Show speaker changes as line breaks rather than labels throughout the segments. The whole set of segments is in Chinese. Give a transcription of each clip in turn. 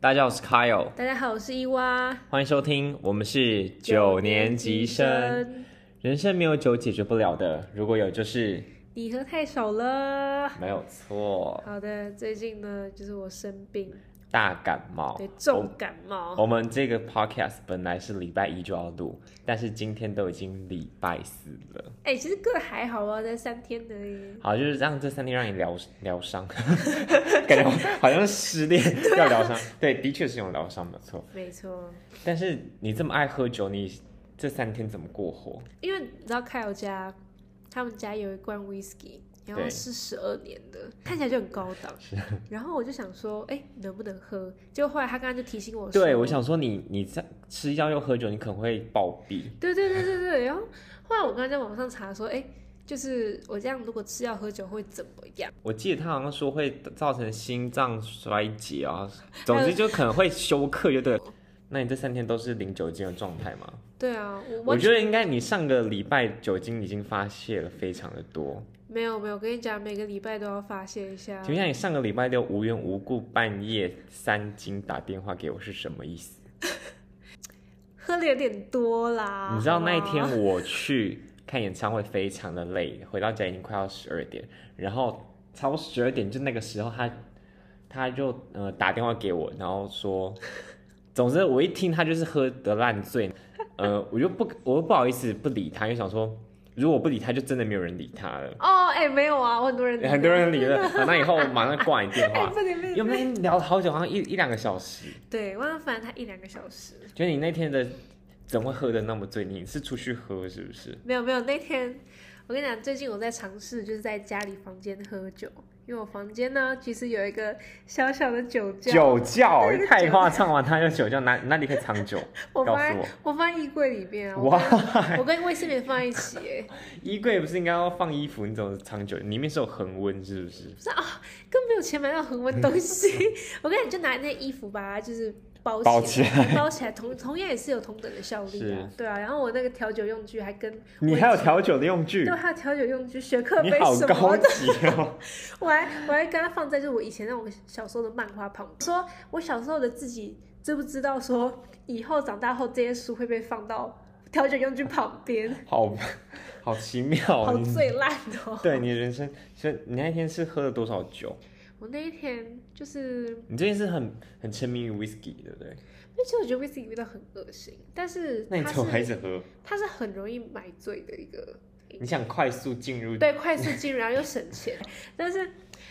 大家好，我是 Kyle，
大家好，我是伊娃。
欢迎收听，我们是九年级生。，人生没有酒解决不了的，如果有就是
礼盒太少了。
没有错。
好的，最近呢，就是我生病，
大感冒，
对，重感冒。
我们这个 podcast 本来是礼拜一就要录，但是今天都已经礼拜四了。
哎、其实个还好啊，才三天而已。
好，就是让这三天让你疗疗 伤，感觉好像失恋要疗 伤。对，的确是有疗伤，没有错。
没错，
但是你这么爱喝酒，你这三天怎么过活？
因为你知道凯友家，他们家有一罐 whisky，然后
对
是十二年的，看起来就很高档。然后我就想说，哎、能不能喝？结果后来他刚刚就提醒我说，
对，我想说你你在吃药又喝酒，你可能会暴毙。
对对对对对，然后后来我刚才在网上查说，哎、就是我这样如果吃药喝酒会怎么样？
我记得他好像说会造成心脏衰竭啊，总之就可能会休克，就对了。那你这三天都是零酒精的状态吗？
对啊，我
我
完
觉得应该你上个礼拜酒精已经发泄了非常的多。
没有没有，我跟你讲，每个礼拜都要发泄一下
请。问一下，你上个礼拜六无缘无故半夜三更打电话给我是什么意思？
喝的有点多啦。
你知道
好不
那
好
一天我去看演唱会非常的累，回到家已经快要十二点，然后差不多十二点就那个时候他他就呃打电话给我，然后说，总之我一听他就是喝得烂醉，呃我就不我又不好意思不理他，因为想说如果我不理他就真的没有人理他了，
哦，哎、没有啊，我很多人
很多人理了，好那以后我马上挂你电
哎、
话。
不能被
因为我们那天聊了好久，好像一一两个小时。
对，我反正他一两个小时。
就你那天的怎么会喝的那么醉？你是出去喝是不是？
没有没有，那天我跟你讲，最近我在尝试就是在家里房间喝酒，因为我房间呢其实有一个小小的酒窖，
酒窖
对
太夸张了，他有酒窖哪哪里可以藏酒？
我
告
放
诉
在
我
我放在衣柜里面啊，我
哇，
我跟卫生棉放在一起、哎。
衣柜不是应该要放衣服？你怎么藏酒？里面是有恒温是不是？
更没有钱买到恒温东西。 我跟你就拿那衣服把它就是包
包起
起来，包起来，同同样也是有同等的效力啊。对啊，然后我那个调酒用具还跟
你还有调酒的用具
对，，还有调酒用具、雪克
嗯你
杯
好
什
高
么的，
级 哦！
我还我还跟它放在就是我以前那种小时候的漫画旁边，说我小时候的自己知不知道说以后长大后这些书会被放到调酒用具旁边，
好好奇妙
好
你
最烂哦。
对你的人生，所以你那天是喝了多少酒？
我那一天就是
你最近是很很沉迷于 whisky，对不对？
因为其实我觉得威士忌味道很恶心，但是
那你
它
怎么
是
还一直喝？
它是很容易买醉的一个，
你想快速进入
对，快速进入然后又省钱。 但是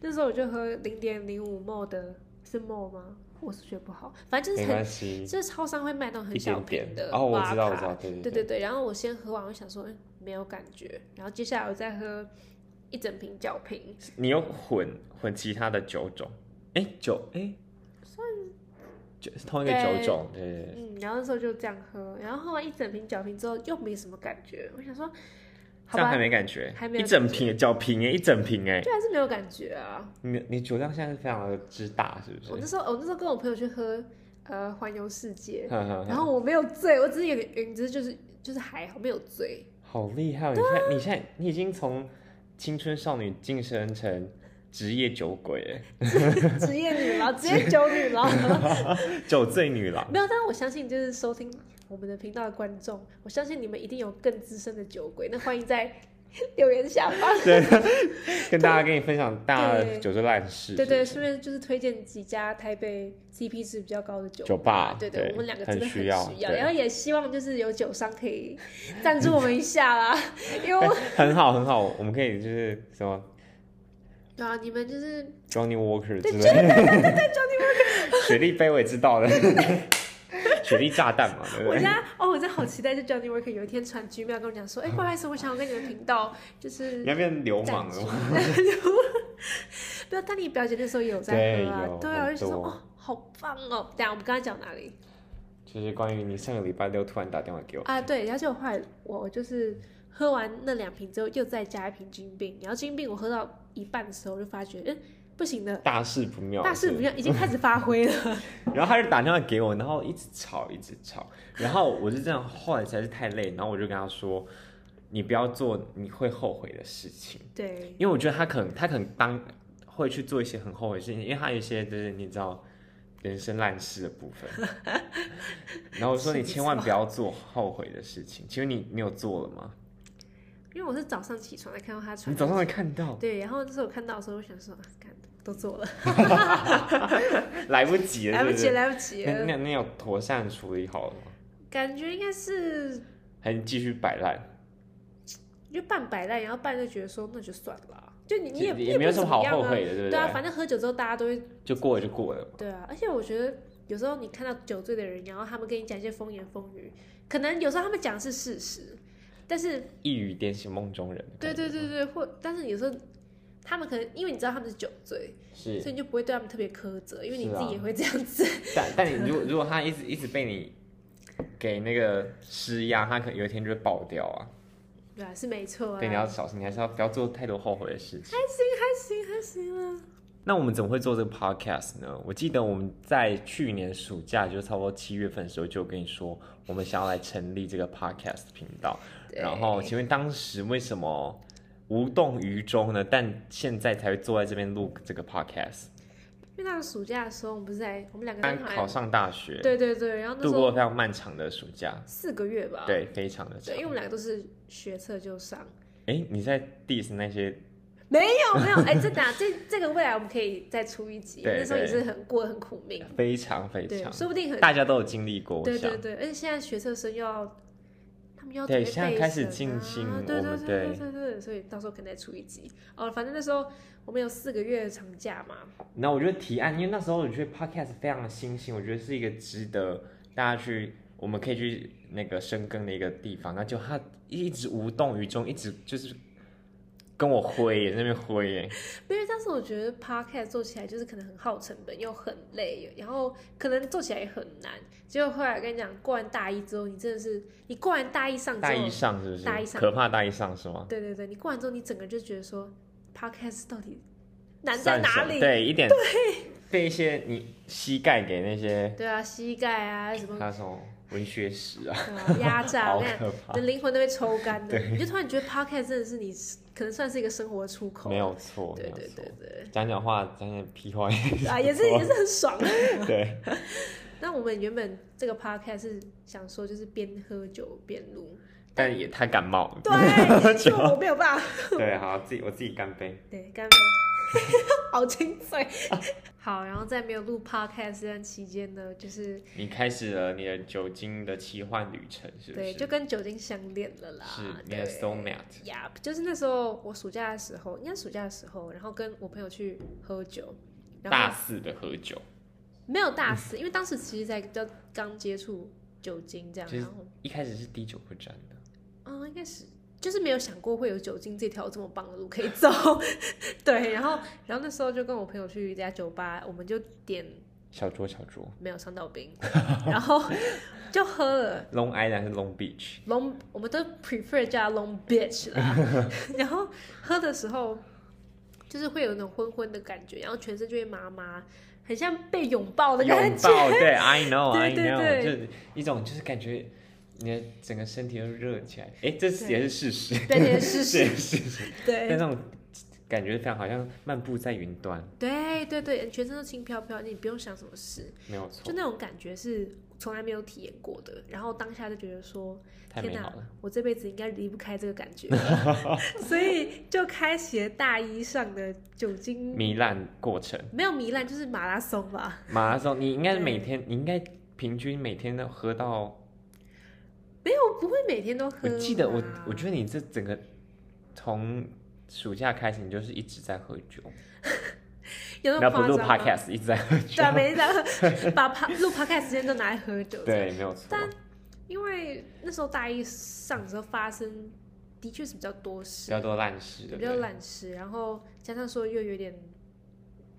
那时候我就喝零点零五 ml 的，是 ml 吗？我数学不好，反正就是
没
很
关，系，
就是超商会卖那种很
一
小
点
瓶
点
的。
哦，我知道，我知道，。对
对
对
对
对。
对，然后我先喝完，我想说嗯没有感觉，然后接下来我再喝一整瓶脚瓶，
你又混混其他的酒种，哎、酒哎、酒是同一个
对
酒种，对对对。
嗯，然后那时候就这样喝，然后喝完一整瓶脚瓶之后又没什么感觉，我想说，好
这样还
吧，
没感觉，
还没有
一整瓶酒瓶哎，一整瓶哎，
就还是没有感觉啊。
你你酒量现在是非常的之大，是不
我
是？
那时候，我那时候跟我朋友去喝呃环游 世界，
呵呵
然
呵
后我没有醉，我只是有点晕，只是就是就是还好没有醉。
好厉害哦！
啊
你现在你现在你已经从青春少女晋升成职业酒鬼
职业女郎，职 业酒女郎，
哎，酒醉女郎。
没有。但是我相信，就是收听我们的频道的观众，我相信你们一定有更资深的酒鬼，那欢迎在 留言下 方。
对，跟大家跟你分享大家的
对
酒醉烂事。
对对，
是
顺便就是推荐几家台北 CP 值比较高的酒
不是酒吧，
对对，我们两个真
很
的很需
要，对
然后也希望就是有酒商可以赞助我们一 下啦，因为我
很好很好，我们可以就是什么
对啊，你们就是
Johnny Walker 之类的。雪莉杯我也知道的，雪莉炸弹嘛，对不
我
对？
家哦，我真的好期待，就 Johnny Walker 有一天传橘喵跟我讲说，哎、不好意思，我想要跟你们频道就
你
是，
要哦变流氓了吗？
不要丹尼啊表姐那时候也有在喝啊
对，有
对啊，我就
很
想说
多
哦，好棒哦。等一下我们刚才讲哪里
就是关于你上个礼拜六突然打电话给我，
啊？对，然后就后来我就是喝完那两瓶之后，又再加一瓶金病，然后金病我喝到一半的时候就发觉，嗯，不行了，
大事不妙，
大事
是
不妙，已经开始发挥了。
然后他就打电话给我，然后一直吵，一直吵。然后我就这样，后来实在是太累，然后我就跟他说：“你不要做你会后悔的事情。”
对，
因为我觉得他可能他可能当会去做一些很后悔的事情，因为他有一些就是你知道人生烂事的部分。 然后我说你千万不要做后悔的事情。请问你你有做了吗？
因为我是早上起床才看到他传
你，早上才看到，
对，然后就是我看到的时候，我想说，啊，干都做了，
来不及了，
来不及，
了。
来不及
那
了，
那那有妥善处理好了吗？
感觉应该是
还是继续摆烂？
就半摆烂，然后半就觉得说那就算了啊，就你你也
也
你
也没有
不
什么
怎
好
样
后
啊
悔的，对不
对啊，反正喝酒之后大家都会
就过了就过了。
对啊，而且我觉得有时候你看到酒醉的人，然后他们跟你讲一些风言风语，可能有时候他们讲的是事实，但是
一语点醒梦中人。
对对，对对，或但是有时候他们可能因为你知道他们是酒醉，
是。
所以你就不会对他们特别苛责，因为你
是
自己
啊
也会这样子。
但但你如果如果他一直一直被你给那个施压，他可能有一天就会爆掉啊。
对啊，是没错啊。
对，你要小心，你还是要不要做太多后悔的事情。
还行还行啊。
那我们怎么会做这个 podcast 呢？我记得我们在去年暑假，就差不多七月份的时候，就有跟你说我们想要来成立这个 podcast 频道。
对
然后，请问当时为什么无动于衷呢？但现在才会坐在这边录这个 podcast。
因为那个暑假的时候，我们不是在我们两个
刚
人好
考
像
上大学，
对对对，然后那
度
时
过
候
了非常漫长的暑假，
四个月吧。
对，非常的长
对，因。为我们两个都是学测就上。
哎，你在 diss 那些
没有没有，哎、真的、啊，这这个未来我们可以再出一集，
对
那时候也
对
是很过得很苦命，
非常非
对，
常，
说不定很
大家都有经历过，我
对
想
对对，而且现在学测生又要他们又要
对
准备
现在
备
开始
审
进
啊
行
对
我
对
们
对
对
对对对，所以到时候可能再出一集哦。反正那时候我们有四个月长假嘛，
然后我觉得提案，因为那时候我觉得 podcast 非常的新兴，我觉得是一个值得大家去，我们可以去那个深耕的一个地方。那就他一直无动于衷，一直就是跟我挥耶，在那边挥耶。
因为当时我觉得 podcast 做起来就是可能很耗成本，又很累，然后可能做起来也很难。结果后来跟你讲，过完大一之后，你真的是你过完大一上之
大
后
一，上是不是？
大一上
可怕大一上是吗？
对对对，你过完之后，你整个就觉得说，podcast 到底难在
算
哪
什么
里？
对，一点对被一些你膝盖给那些
对啊，膝盖啊，什么
还有什么文学史 啊，
对啊压榨，
好
我跟你讲，
可
你的灵魂都被抽干的。
对
你就突然觉得 podcast 真的是你可能算是一个生活的出
怕，
口。
没，有错，没
对
有
对
错
对。对，
讲讲话，讲讲屁话，
啊，也 是也是很爽。啊
对，
那我们原本这个 podcast 是想说就是边喝酒边录，
但也太感冒了。
对，就
啊
我没有办法。
对，好，自己我自己干杯。
对，干杯。 好清脆。 好，然后在没有录 podcast 这段期间呢，就是
你开始了你的酒精的奇幻旅程，是不是？
对，就跟酒精相恋了啦。
是你
对
的 soul mate。
呀就是那时候我暑假的时候，应该暑假的时候，然后跟我朋友去喝酒，然
大
后
四的喝酒，
没有大四，因为当时其实在比较刚接触酒精这样，
就是
然后
一开始是滴酒不沾的，
嗯，应该是就是没有想过会有酒精这条这么棒的路可以走， 对，然后然后那时候就跟我朋友去一家酒吧，我们就点
小酌小酌。
没有伤到冰，然后就喝了，
Long Island 是 Long Beach，
Long，我们都 prefer 叫它 Long Beach 啦。 然后喝的时候，就是会有那种昏昏的感觉，然后全身就会麻麻，很像被拥抱的感
拥
觉。
抱，对，I know，I
对对
know，
对
就是一种就是感觉你的整个身体都热起来，哎，这是
对
也是事实，
对对是
这也 是事实，但那
对
种感觉非常好像漫步在云端，
对对对，全身都轻飘飘，你不用想什么事，
没有
就
错，
那种感觉是从来没有体验过的。然后当下就觉得说，
太
天
美
哪
好了。
我这辈子应该离不开这个 感觉了，所以就开启了大一上的酒精
糜烂过程，
没有糜烂，就是马拉松吧。
马拉松，你应该
对
每天，你应该平均每天都喝到
没有，不会每天都喝
我
啦。
记得我，我觉得你这整个从暑假开始，你就是一直在喝酒，
有
然
那
后不
么
录
夸 张吗？
podcast，一直在喝酒
对，。每天把趴录 podcast 时间都拿来喝 酒。，
对，没有错。
但因为那时候大一上的时候发生的确是比较多
比
事，
较多烂事，对
比
不
较
对？
懒事，然后加上说又有点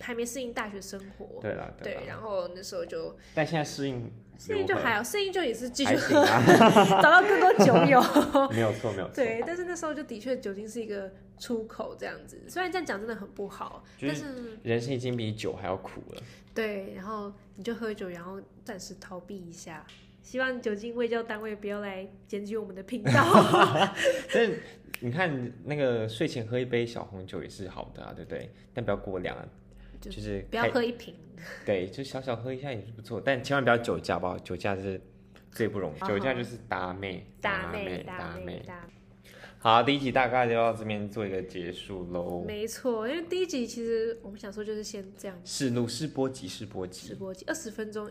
还没适应大学生活，
对啦，
对，
啦。
然后那时候就
但现在适应
适应就还好，适应就也是继续
还行
喝，
啊，
找到更多酒友。
没有错，没有错。
对，但是那时候就的确酒精是一个出口这样子，虽然这样讲真的很不好，
就是
但是
人生已经比酒还要苦了。
对，然后你就喝酒，然后暂时逃避一下。希望酒精卫教单位不要来检举我们的频道。
但是你看，那个睡前喝一杯小红酒也是好的啊，对不对？但不要过量啊。
就
就是
不要
开
喝一瓶。
对，就小小喝一下也是不错，但千万不要酒驾吧，酒驾是最不容易，
哦
酒驾就是打妹，
大
妹，
妹，
打
妹，大
好，第一集大概就到这边做一个结束喽。
没错，因为第一集其实我们想说就是先这样
是录是波及是波
直
及，
播集，二十分钟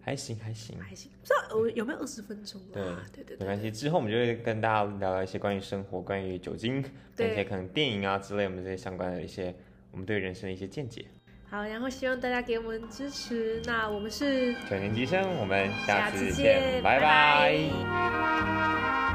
还行还行，
还行，不知道我有没有二十分钟啊？对对
没
对，
关系。之后我们就会跟大家聊聊一些关于生活、关于酒精、跟
对
一些可能电影啊之类，我们这些相关的一些我们对人生的一些见解。
好，然后希望大家给我们支持。那我们是
九年级生，我们下
次
次
见，
拜
拜
拜
拜